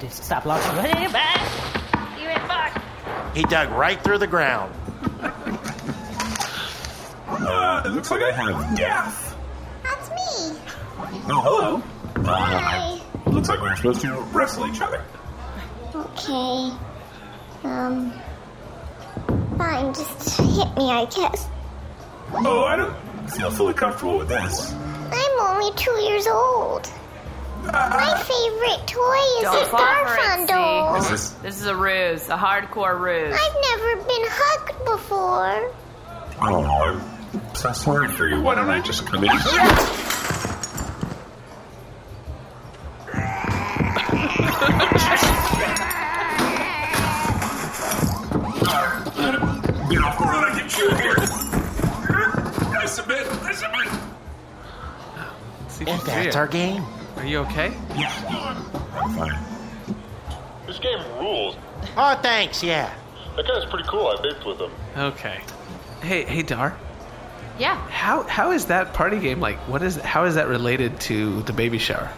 [SPEAKER 16] Just Stop launching. Hey, back. You ain't back.
[SPEAKER 10] He dug right through the ground.
[SPEAKER 3] Uh, it looks like I have death.
[SPEAKER 12] That's me.
[SPEAKER 3] Oh, hello. Uh, looks like we were supposed to wrestle each other.
[SPEAKER 12] Okay. Um. Fine, just hit me, I guess.
[SPEAKER 3] Oh, I don't feel fully comfortable with this.
[SPEAKER 12] I'm only two years old. My favorite toy is
[SPEAKER 6] Ah. Don't
[SPEAKER 12] a
[SPEAKER 6] fall for it,
[SPEAKER 12] Garfunkel.
[SPEAKER 6] see. This is a ruse, a hardcore ruse.
[SPEAKER 12] I've never been hugged before.
[SPEAKER 3] Oh, I'm so sorry for you. Why don't I just come in? Get off or I get you here. I submit. I submit.
[SPEAKER 2] And
[SPEAKER 10] that's our game.
[SPEAKER 2] Are you okay?
[SPEAKER 4] This game rules.
[SPEAKER 10] Oh, thanks. Yeah.
[SPEAKER 4] That guy's pretty cool. I baked with him.
[SPEAKER 2] Okay. Hey, hey, Dar.
[SPEAKER 6] Yeah,
[SPEAKER 2] How how is that party game like? What is how is that related to the baby shower?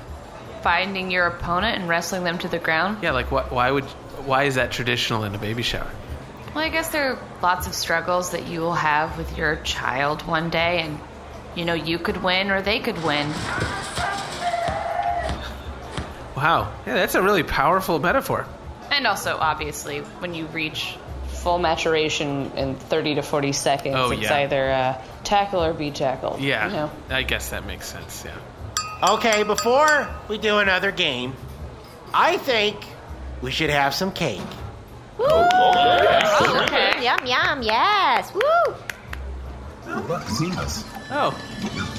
[SPEAKER 6] finding your opponent and wrestling them to the ground.
[SPEAKER 2] Yeah, like what? Why would? Why is that traditional in a baby shower?
[SPEAKER 6] Well, I guess there are lots of struggles that you will have with your child one day, and you know you could win or they could win.
[SPEAKER 2] Wow. Yeah, that's a really powerful metaphor.
[SPEAKER 6] And also, obviously, when you reach full maturation in 30 to 40 seconds,
[SPEAKER 2] Oh,
[SPEAKER 6] it's
[SPEAKER 2] yeah.
[SPEAKER 6] either uh, tackle or be tackled.
[SPEAKER 2] Yeah.
[SPEAKER 6] You know?
[SPEAKER 2] I guess that makes sense. Yeah.
[SPEAKER 10] Okay, before we do another game, I think we should have some cake.
[SPEAKER 12] Oh, okay. Yum, yum, yes. Woo!
[SPEAKER 3] Zenas.
[SPEAKER 2] Oh.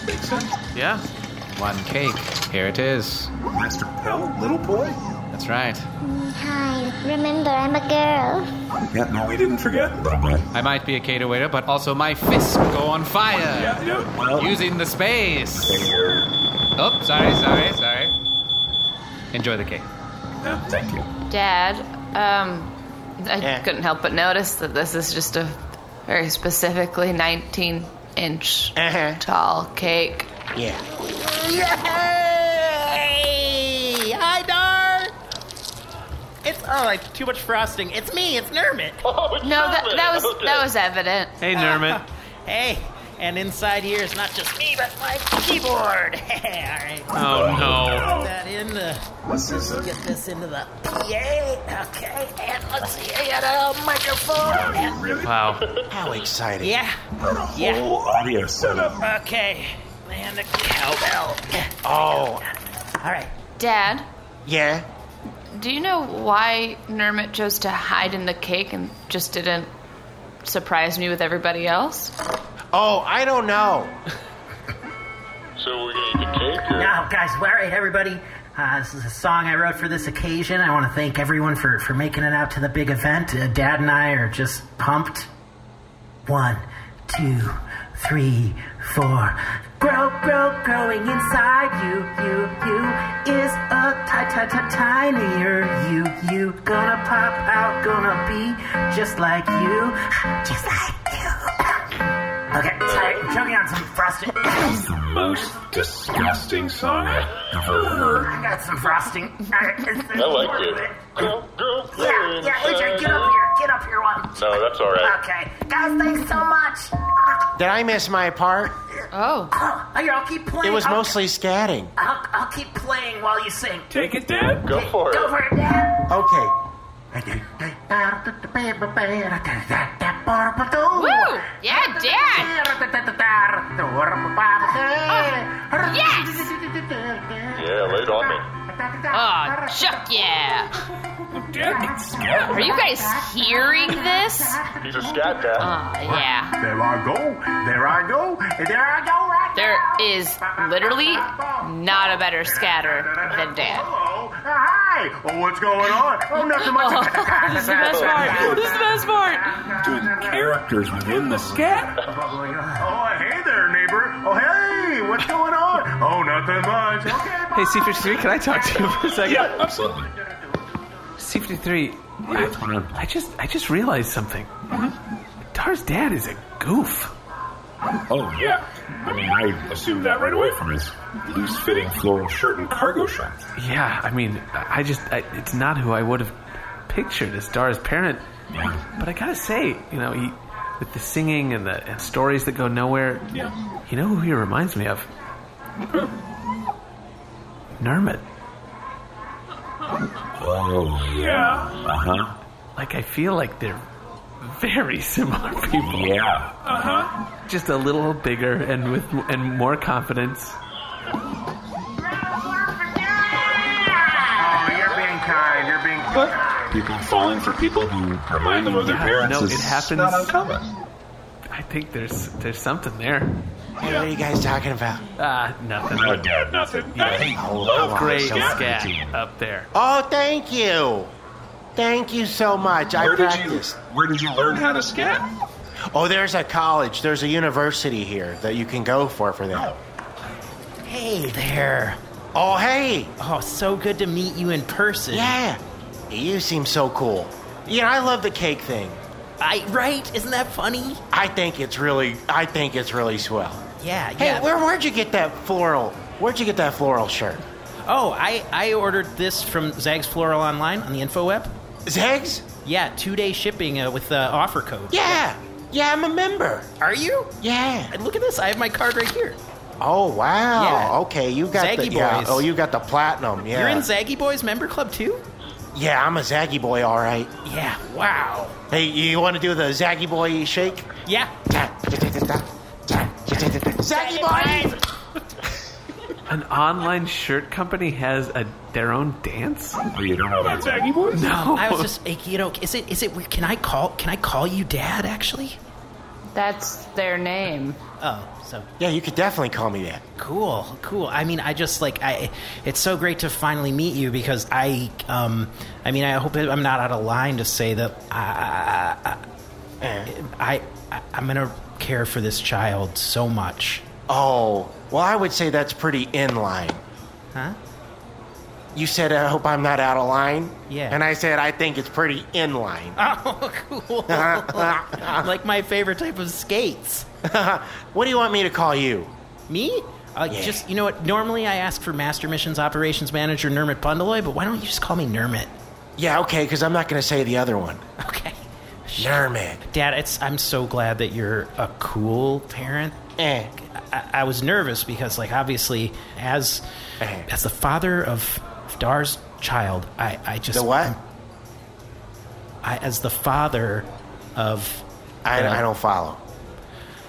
[SPEAKER 3] Makes sense.
[SPEAKER 2] Yeah.
[SPEAKER 20] One cake. Here it is.
[SPEAKER 3] Master Pell, little boy.
[SPEAKER 20] That's right.
[SPEAKER 12] Hi, remember, I'm a girl.
[SPEAKER 3] Yeah, no, we didn't forget, little boy.
[SPEAKER 20] I might be a cater waiter, but also my fists go on fire.
[SPEAKER 3] Yeah, yeah. Well,
[SPEAKER 20] Using the space. Oh, sorry, sorry, sorry. Enjoy the cake.
[SPEAKER 3] yeah, thank you.
[SPEAKER 6] Dad, um, I couldn't help but notice that this is just a very specifically 19 inch tall cake.
[SPEAKER 10] Yeah.
[SPEAKER 17] Yay! Hi, Dar! It's, oh, it's too much frosting. It's me, it's Nermit.
[SPEAKER 2] Oh,
[SPEAKER 6] No, that, that was that was evident.
[SPEAKER 2] Hey,
[SPEAKER 16] Uh,
[SPEAKER 2] Nermit.
[SPEAKER 17] Hey, and inside here is not just me, but my keyboard. All right.
[SPEAKER 2] Oh, no.
[SPEAKER 17] Put that in the.
[SPEAKER 3] What's this?
[SPEAKER 17] Get this into the PA. Okay, and let's see. I got a microphone. And-
[SPEAKER 2] Wow.
[SPEAKER 10] How exciting.
[SPEAKER 17] Yeah.
[SPEAKER 3] Yeah. Whole audio setup.
[SPEAKER 17] Okay. And the cowbell.
[SPEAKER 10] Oh,
[SPEAKER 17] All right.
[SPEAKER 6] Dad,
[SPEAKER 10] yeah.
[SPEAKER 6] do you know why Nermit chose to hide in the cake and just didn't surprise me with everybody else?
[SPEAKER 10] Oh, I don't know.
[SPEAKER 4] So we're gonna eat the cake. Or...
[SPEAKER 7] Now, guys, all right, everybody. Uh, this is a song I wrote for this occasion. I want to thank everyone for, for making it out to the big event. Uh, Dad and I are just pumped. One, two, three, four. Grow, grow, growing inside you, you, you is a ti- ti- ti- tinier you, you. Gonna pop out, gonna be just like you, just like you. okay, sorry, I'm choking on some frosting.
[SPEAKER 3] Most disgusting song I ever heard.
[SPEAKER 7] I got some frosting. I
[SPEAKER 4] like it. Girl, girl,
[SPEAKER 7] Yeah, yeah, Richard, get up here. Get up here, one.
[SPEAKER 4] No, that's all right.
[SPEAKER 7] Okay. Guys, thanks so much.
[SPEAKER 10] Did I miss my part?
[SPEAKER 6] Oh.
[SPEAKER 7] Oh, here, I'll keep
[SPEAKER 10] It
[SPEAKER 7] playing.
[SPEAKER 10] was
[SPEAKER 7] I'll,
[SPEAKER 10] mostly scatting.
[SPEAKER 7] I'll, I'll keep playing while you sing.
[SPEAKER 3] Take it, Dad.
[SPEAKER 4] Go for
[SPEAKER 7] Go for it, Dad.
[SPEAKER 10] Okay.
[SPEAKER 16] Woo!
[SPEAKER 6] Yeah,
[SPEAKER 16] Oh,
[SPEAKER 6] Dad! yes!
[SPEAKER 4] Yeah, laid on me.
[SPEAKER 6] Oh, chuck yeah! Are you guys hearing this?
[SPEAKER 4] He's a scat cat.
[SPEAKER 6] Uh, yeah.
[SPEAKER 3] There I go. There I go. There I go.
[SPEAKER 6] There is literally not a better scatter than Dan.
[SPEAKER 10] Uh,
[SPEAKER 3] Hi. Oh, what's going on? Oh, nothing much.
[SPEAKER 6] Oh, This is the best part. This is the best part.
[SPEAKER 3] Characters within the scat. Oh, hey there, neighbor. Oh, hey, what's going on? Oh, nothing much. Okay.
[SPEAKER 2] Hey, C53, can I talk to you for a second?
[SPEAKER 3] Yeah, absolutely.
[SPEAKER 2] C53, I, I just I just realized something. Dar's dad is a goof.
[SPEAKER 3] Oh, yeah. I mean, I assumed that right away from his loose fitting floral shirt and cargo shorts.
[SPEAKER 2] Yeah, I mean, I I just I, it's not who I would have pictured as Dar's parent. But I gotta say, you know, he with the singing and the and stories that go nowhere.
[SPEAKER 3] Yeah.
[SPEAKER 2] You know who he reminds me of? Nermit.
[SPEAKER 3] Oh,
[SPEAKER 2] yeah.
[SPEAKER 3] Uh huh.
[SPEAKER 2] Like I feel like they're very similar people.
[SPEAKER 3] Yeah.
[SPEAKER 2] Uh huh. Just a little bigger and with and more confidence.
[SPEAKER 3] Oh, you're being kind. You're being kind. People falling for people who remind them of their
[SPEAKER 2] Yeah,
[SPEAKER 3] parents.
[SPEAKER 2] no,
[SPEAKER 3] is
[SPEAKER 2] it happens.
[SPEAKER 3] Not uncommon.
[SPEAKER 2] I think there's there's something there.
[SPEAKER 10] What are you guys talking about? Oh,
[SPEAKER 2] Ah, nothing.
[SPEAKER 10] No, Dad,
[SPEAKER 3] nothing.
[SPEAKER 10] I
[SPEAKER 2] Yeah.
[SPEAKER 10] love
[SPEAKER 2] Great
[SPEAKER 10] myself.
[SPEAKER 2] scat up there.
[SPEAKER 10] Oh, thank you. Thank you so much. I
[SPEAKER 3] Where did you-
[SPEAKER 10] practiced.
[SPEAKER 3] Where did you learn how to scat?
[SPEAKER 10] Oh, there's a college. There's a university here that you can go for for that.
[SPEAKER 17] Hey there.
[SPEAKER 10] Oh, hey.
[SPEAKER 17] Oh, so good to meet you in person.
[SPEAKER 10] Yeah. You seem so cool. Yeah, I love the cake thing.
[SPEAKER 17] I right? Isn't that funny?
[SPEAKER 10] I think it's really, I think it's really swell.
[SPEAKER 17] Yeah,
[SPEAKER 10] Hey,
[SPEAKER 17] yeah.
[SPEAKER 10] where, where'd you get that floral? Where'd you get that floral shirt?
[SPEAKER 17] Oh, I, I ordered this from Zags Floral Online on the info web.
[SPEAKER 10] Zags?
[SPEAKER 17] Yeah, two day shipping uh, with the uh, offer code.
[SPEAKER 10] Yeah. Yeah, I'm a member.
[SPEAKER 17] Are you?
[SPEAKER 10] Yeah.
[SPEAKER 17] And look at this. I have my card right here.
[SPEAKER 10] Oh wow.
[SPEAKER 17] Yeah.
[SPEAKER 10] Okay, you got
[SPEAKER 17] Zaggy
[SPEAKER 10] the yeah.
[SPEAKER 17] Boys.
[SPEAKER 10] Oh, you got the platinum. Yeah.
[SPEAKER 17] You're in Zaggy Boys member club too?
[SPEAKER 10] yeah, I'm a Zaggy boy. All right.
[SPEAKER 17] Yeah. Wow.
[SPEAKER 10] Hey, you want to do the Zaggy boy shake?
[SPEAKER 17] Yeah.
[SPEAKER 10] Zaggy boy.
[SPEAKER 2] An online shirt company has a their own dance.
[SPEAKER 3] You don't know about Zaggy Boys?
[SPEAKER 2] No.
[SPEAKER 17] I was just, like, you know, is it is it weird? Can I call? Can I call you Dad? Actually.
[SPEAKER 6] That's their name.
[SPEAKER 17] Oh, so
[SPEAKER 10] Yeah, you could definitely call me that.
[SPEAKER 17] Cool, cool. I mean, I just like I. It's so great to finally meet you because I. Um, I mean, I hope I'm not out of line to say that I.
[SPEAKER 10] Eh.
[SPEAKER 17] I, I I'm gonna care for this child so much.
[SPEAKER 10] Oh, well, I would say that's pretty in line.
[SPEAKER 17] Huh?
[SPEAKER 10] You said I hope I'm not out of line.
[SPEAKER 17] Yeah.
[SPEAKER 10] And I said I think it's pretty in line.
[SPEAKER 17] Oh, cool. like my favorite type of skates.
[SPEAKER 10] what do you want me to call you?
[SPEAKER 17] Me? Uh,
[SPEAKER 10] Yeah.
[SPEAKER 17] Just you know what? Normally I ask for Master Missions Operations Manager Nermit Bundeloy, but why don't you just call me Nermit?
[SPEAKER 10] Yeah, okay, because I'm not going to say the other one.
[SPEAKER 17] Okay.
[SPEAKER 10] Nermit.
[SPEAKER 17] Dad, it's I'm so glad that you're a cool parent.
[SPEAKER 10] Eh.
[SPEAKER 17] I, I was nervous because, like, obviously, as
[SPEAKER 10] Eh.
[SPEAKER 17] as the father of Dar's child, I, I just
[SPEAKER 10] The what?
[SPEAKER 17] I, as the father of,
[SPEAKER 10] I,
[SPEAKER 17] uh,
[SPEAKER 10] I don't follow.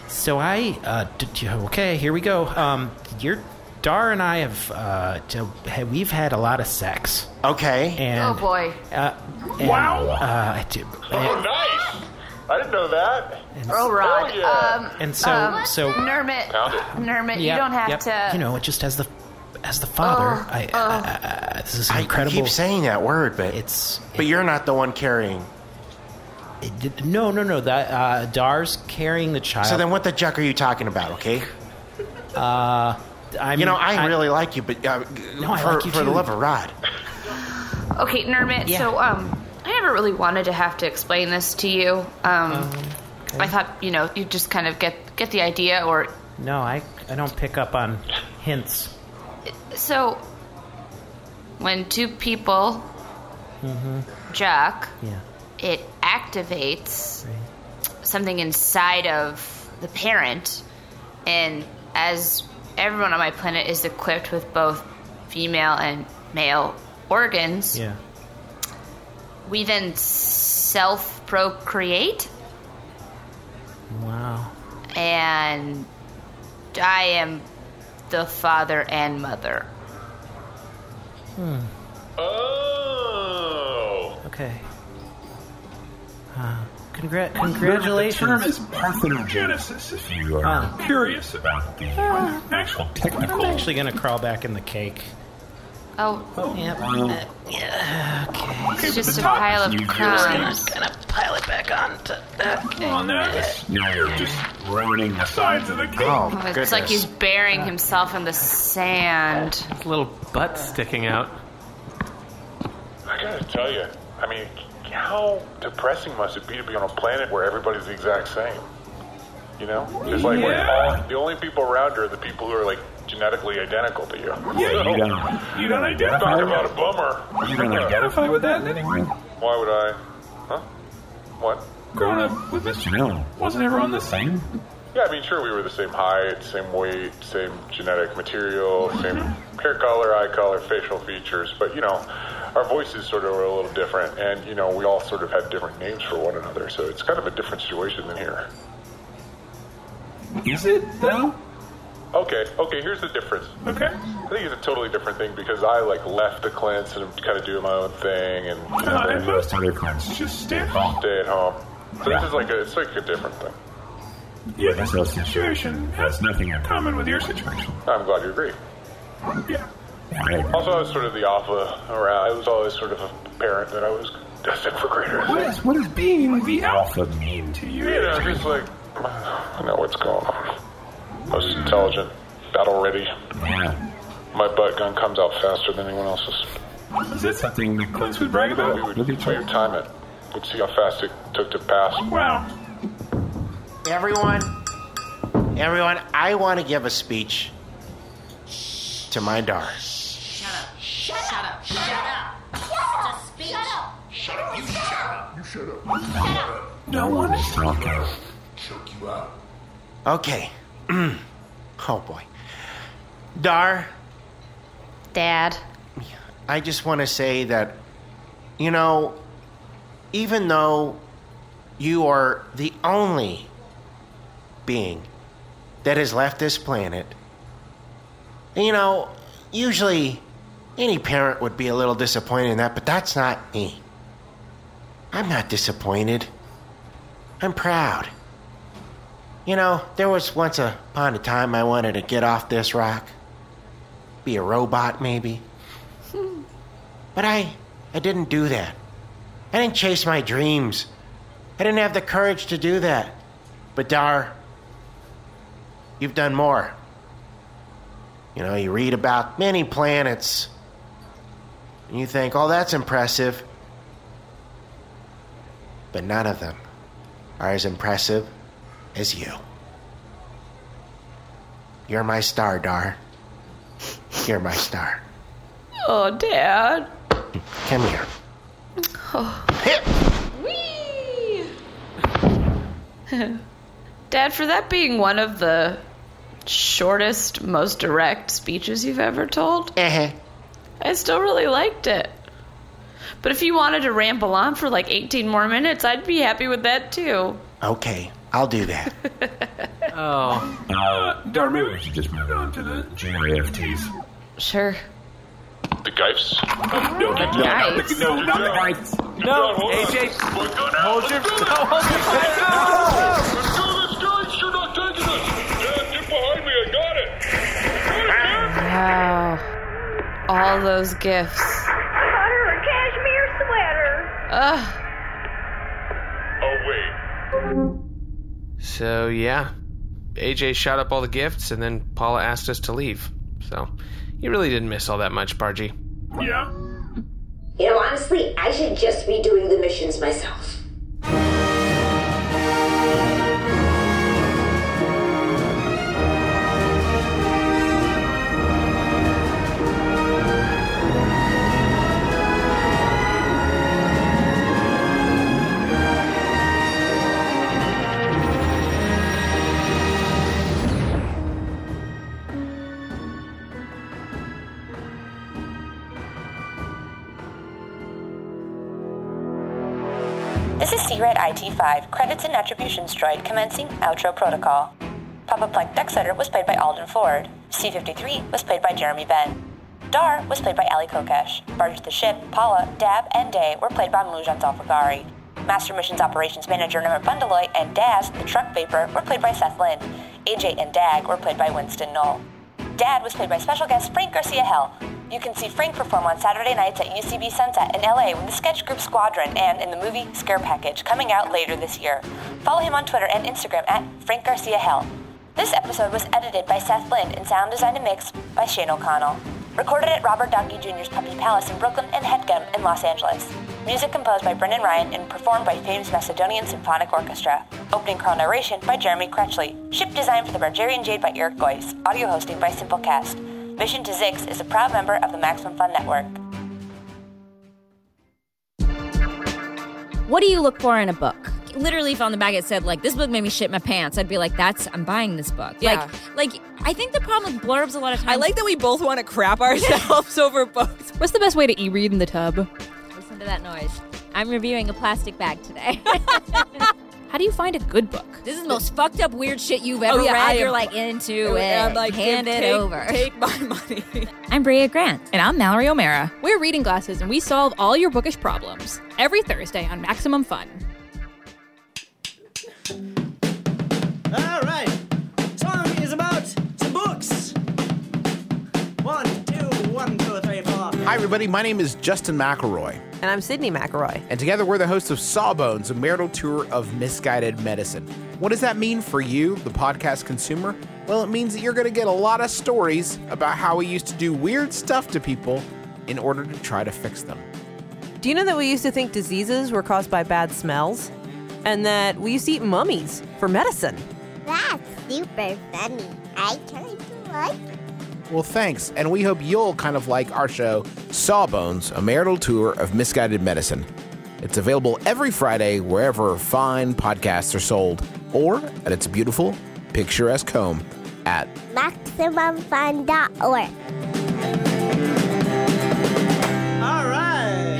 [SPEAKER 17] So I uh, d- d- okay, here we go. Um, your Dar and I have uh, d- ha- we've had a lot of sex.
[SPEAKER 10] Okay.
[SPEAKER 6] Oh
[SPEAKER 17] And,
[SPEAKER 6] boy.
[SPEAKER 17] Uh, and,
[SPEAKER 4] Wow.
[SPEAKER 17] Uh, d-
[SPEAKER 4] Oh,
[SPEAKER 17] and-
[SPEAKER 4] nice. I didn't know that.
[SPEAKER 6] Oh, Rod.
[SPEAKER 4] Oh,
[SPEAKER 10] uh,
[SPEAKER 4] yeah.
[SPEAKER 6] Um,
[SPEAKER 17] And so-
[SPEAKER 6] um,
[SPEAKER 17] so-
[SPEAKER 6] Nermit.
[SPEAKER 4] Found it.
[SPEAKER 17] Yep,
[SPEAKER 6] Nermit, you don't have
[SPEAKER 17] yep.
[SPEAKER 6] to.
[SPEAKER 17] You know, it just as the as the father,
[SPEAKER 6] Oh,
[SPEAKER 17] I,
[SPEAKER 6] oh.
[SPEAKER 17] I, I- this is
[SPEAKER 10] I, I
[SPEAKER 17] incredible.
[SPEAKER 10] keep saying that word, but
[SPEAKER 17] it's
[SPEAKER 10] but you're not the one carrying.
[SPEAKER 17] it did- no, no, no. That uh, Dar's carrying the child.
[SPEAKER 10] So then, what the juck are you talking about? Okay.
[SPEAKER 17] uh, I'm,
[SPEAKER 10] you know, I, really like you, but uh,
[SPEAKER 17] No, I
[SPEAKER 10] for,
[SPEAKER 17] like you
[SPEAKER 10] for the
[SPEAKER 17] too.
[SPEAKER 10] love of Rod.
[SPEAKER 6] Okay, Nermit.
[SPEAKER 17] Yeah.
[SPEAKER 6] So, um, I never really wanted to have to explain this to you. Um,
[SPEAKER 17] Oh,
[SPEAKER 6] I thought, you know, you just kind of get get the idea, or
[SPEAKER 17] no, I I don't pick up on hints.
[SPEAKER 6] so. When two people
[SPEAKER 17] Mm-hmm.
[SPEAKER 6] jack,
[SPEAKER 17] Yeah.
[SPEAKER 6] it activates something inside of the parent, and as everyone on my planet is equipped with both female and male organs,
[SPEAKER 17] Yeah.
[SPEAKER 6] we then self procreate,
[SPEAKER 17] Wow.
[SPEAKER 6] and I am the father and mother.
[SPEAKER 17] Hmm.
[SPEAKER 4] Oh.
[SPEAKER 17] Okay. Uh, congrat-
[SPEAKER 3] The term
[SPEAKER 17] congratulations.
[SPEAKER 3] is parthenogenesis, if you are
[SPEAKER 17] Ah.
[SPEAKER 3] curious about the actual technical.
[SPEAKER 17] I'm actually going to crawl back in the cake.
[SPEAKER 6] Oh,
[SPEAKER 17] yep.
[SPEAKER 3] Uh,
[SPEAKER 17] yeah, okay.
[SPEAKER 6] It's just a pile of crumbs.
[SPEAKER 17] pile it back on. To, okay.
[SPEAKER 3] on there. That's- Now you're just ruining the sides of the cake. Oh,
[SPEAKER 6] it's like he's burying himself in the sand.
[SPEAKER 2] His little butt sticking out.
[SPEAKER 4] I gotta tell you, I mean, how depressing must it be to be on a planet where everybody's the exact same? You know, it's like we're
[SPEAKER 3] Yeah.
[SPEAKER 4] all, the only people around you are the people who are like genetically identical to you.
[SPEAKER 3] Yeah, you don't. You don't identify
[SPEAKER 4] Talk
[SPEAKER 3] with
[SPEAKER 4] about a
[SPEAKER 3] that.
[SPEAKER 4] bummer.
[SPEAKER 3] You don't identify with that anyway.
[SPEAKER 4] Why would I? Huh? What?
[SPEAKER 3] Growing up with Miss Janelle, wasn't everyone the same?
[SPEAKER 4] Yeah, I mean, sure, we were the same height, same weight, same genetic material, same
[SPEAKER 3] Mm-hmm.
[SPEAKER 4] hair color, eye color, facial features, but you know, our voices sort of were a little different, and you know, we all sort of had different names for one another, so it's kind of a different situation than here.
[SPEAKER 3] Is it though?
[SPEAKER 4] Okay, okay, here's the difference.
[SPEAKER 3] Okay.
[SPEAKER 4] I think it's a totally different thing because I like left the clans and kind of do my own thing and you
[SPEAKER 3] Uh, and
[SPEAKER 4] know,
[SPEAKER 3] most other clans just stay at home.
[SPEAKER 4] stay at home. So
[SPEAKER 3] Yeah.
[SPEAKER 4] this is like a, it's like a different thing.
[SPEAKER 3] Yeah, this whole situation has nothing in common with your situation.
[SPEAKER 4] I'm glad you agree.
[SPEAKER 3] Right.
[SPEAKER 4] Also, I was sort of the alpha around. I was always sort of a parent that I was destined for greater.
[SPEAKER 3] What is what is being the alpha mean to
[SPEAKER 4] You
[SPEAKER 3] you?
[SPEAKER 4] know, just like I know what's going on. Most intelligent, battle ready.
[SPEAKER 3] Yeah.
[SPEAKER 4] My butt gun comes out faster than anyone else's.
[SPEAKER 3] Is that something the clans would brag about?
[SPEAKER 4] We would, we would time it. We'd see how fast it took to pass.
[SPEAKER 3] Wow.
[SPEAKER 10] Everyone, everyone, I want to give a speech to my Dar.
[SPEAKER 12] Shut up! Shut up! Shut up! Speech. Shut up! Shut up! You shut up! You shut up! Shut up!
[SPEAKER 3] No one is talking.
[SPEAKER 12] Choke you out.
[SPEAKER 10] Okay. oh boy. Dar,
[SPEAKER 6] Dad.
[SPEAKER 10] I just want to say that, you know, even though you are the only being that has left this planet, you know, usually any parent would be a little disappointed in that, but that's not me. I'm not disappointed. I'm proud. You know, there was once upon a time I wanted to get off this rock, be a robot maybe. But I, I didn't do that. I didn't chase my dreams. I didn't have the courage to do that. But Dar, you've done more. You know, you read about many planets, and you think, oh, that's impressive. But none of them are as impressive as you. You're my star, Dar. You're my star.
[SPEAKER 6] Oh, Dad.
[SPEAKER 10] Come here.
[SPEAKER 6] Whee! Dad, for that being one of the shortest, most direct speeches you've ever told, I still really liked it. But if you wanted to ramble on for like 18 more minutes, I'd be happy with that too.
[SPEAKER 10] Okay, I'll do that.
[SPEAKER 2] Oh.
[SPEAKER 3] Uh, Dar, maybe we should just move on to the JFTs.
[SPEAKER 6] Sure.
[SPEAKER 4] The Geifs?
[SPEAKER 3] No, no, no, not the- no, not the guys.
[SPEAKER 2] No, AJ, hold your. No, hold your
[SPEAKER 17] Ah!
[SPEAKER 6] Wow. All those gifts.
[SPEAKER 12] I got her a
[SPEAKER 6] Ugh.
[SPEAKER 12] cashmere sweater.
[SPEAKER 4] Oh wait.
[SPEAKER 2] So yeah, AJ shot up all the gifts, and then Paula asked us to leave. So you really didn't miss all that much, Bargy.
[SPEAKER 3] Yeah.
[SPEAKER 5] You know, honestly, I should just be doing the missions myself.
[SPEAKER 21] This is C-Red IT5, credits and attributions droid commencing outro protocol. Papa Plank Ducksetter was played by Alden Ford. C-53 was played by Jeremy Ben. Dar was played by Ali Kokesh. Barge the Ship, Paula, Dab, and Day were played by Mujan Zalfagari. Master Missions Operations Manager Nimmer Bundaloy and Daz, the Truck Vapor, were played by Seth Lynn. AJ and Dag were played by Winston Knoll. Dad was played by special guest Frank Garcia Hell. You can see Frank perform on Saturday nights at UCB Sunset in LA with the sketch group Squadron and in the movie Scare Package, coming out later this year. Follow him on Twitter and Instagram at Frank Garcia Hell. This episode was edited by Seth Lynn and sound designed and mixed by Shane O'Connell. Recorded at Robert Donkey Jr.'s Puppy Palace in Brooklyn and Headgum in Los Angeles. Music composed by Brendan Ryan and performed by Fame's Macedonian Symphonic Orchestra. Opening crawl narration by Jeremy Crutchley. Ship design for the Bargerian Jade by Eric Goyce. Audio hosting by Simplecast. Mission to Zix is a proud member of the Maximum Fun Network.
[SPEAKER 22] What do you look for in a book? Literally, if on the back it said like this book made me shit my pants, I'd be like, "That's I'm buying this book."
[SPEAKER 23] Yeah.
[SPEAKER 22] Like, like I think the problem with blurbs a lot of times.
[SPEAKER 23] I like that we both want to crap ourselves over books. What's the best way to e-read in the tub?
[SPEAKER 22] Listen to that noise. I'm reviewing a plastic bag today.
[SPEAKER 23] How do you find a good book?
[SPEAKER 22] this is the most fucked up weird shit you've ever
[SPEAKER 23] Oh, yeah, I
[SPEAKER 22] read.
[SPEAKER 23] am-
[SPEAKER 22] You're like into it.
[SPEAKER 23] I'm like,
[SPEAKER 22] hand
[SPEAKER 23] give-
[SPEAKER 22] it
[SPEAKER 23] take-
[SPEAKER 22] over.
[SPEAKER 23] Take my money.
[SPEAKER 22] I'm Bria Grant.
[SPEAKER 23] And I'm Mallory O'Mara. We're Reading Glasses, and we solve all your bookish problems every Thursday on Maximum Fun.
[SPEAKER 24] All right. Song is about some books. One, two, one, two, three, four.
[SPEAKER 25] Hi, everybody. My name is Justin McElroy.
[SPEAKER 13] And I'm Sydney McElroy.
[SPEAKER 25] And together we're the hosts of Sawbones, a marital tour of misguided medicine. What does that mean for you, the podcast consumer? Well, it means that you're going to get a lot of stories about how we used to do weird stuff to people in order to try to fix them.
[SPEAKER 13] Do you know that we used to think diseases were caused by bad smells? And that we used to eat mummies for medicine?
[SPEAKER 12] That's super funny. I kind of like
[SPEAKER 25] Well, thanks, and we hope you'll kind of like our show, Sawbones, a marital tour of misguided medicine. It's available every Friday wherever fine podcasts are sold, or at its beautiful, picturesque home at
[SPEAKER 12] MaximumFun.org.
[SPEAKER 24] All right.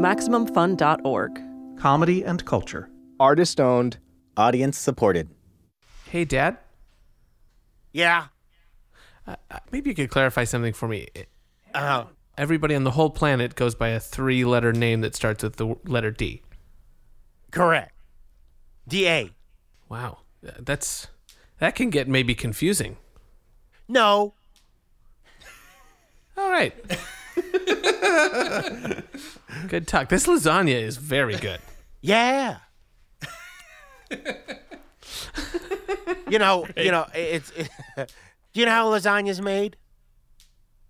[SPEAKER 26] MaximumFun.org. Comedy and culture.
[SPEAKER 27] Artist owned, audience supported.
[SPEAKER 2] Hey, Dad. Uh,
[SPEAKER 10] Yeah.
[SPEAKER 2] Maybe you could clarify something for me.
[SPEAKER 10] Uh-huh.
[SPEAKER 2] Uh, Everybody on the whole planet goes by a three letter name that starts with the w- letter D.
[SPEAKER 10] Correct. DA.
[SPEAKER 2] Wow. Uh, That's that can get maybe confusing.
[SPEAKER 10] No.
[SPEAKER 2] All right. Good talk. This lasagna is very good.
[SPEAKER 10] Yeah. you know, you know, it's. do you know how lasagna's made?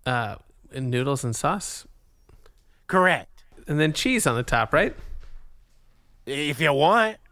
[SPEAKER 2] Uh, and noodles and sauce.
[SPEAKER 10] Correct.
[SPEAKER 2] And then cheese on the top, right?
[SPEAKER 10] If you want.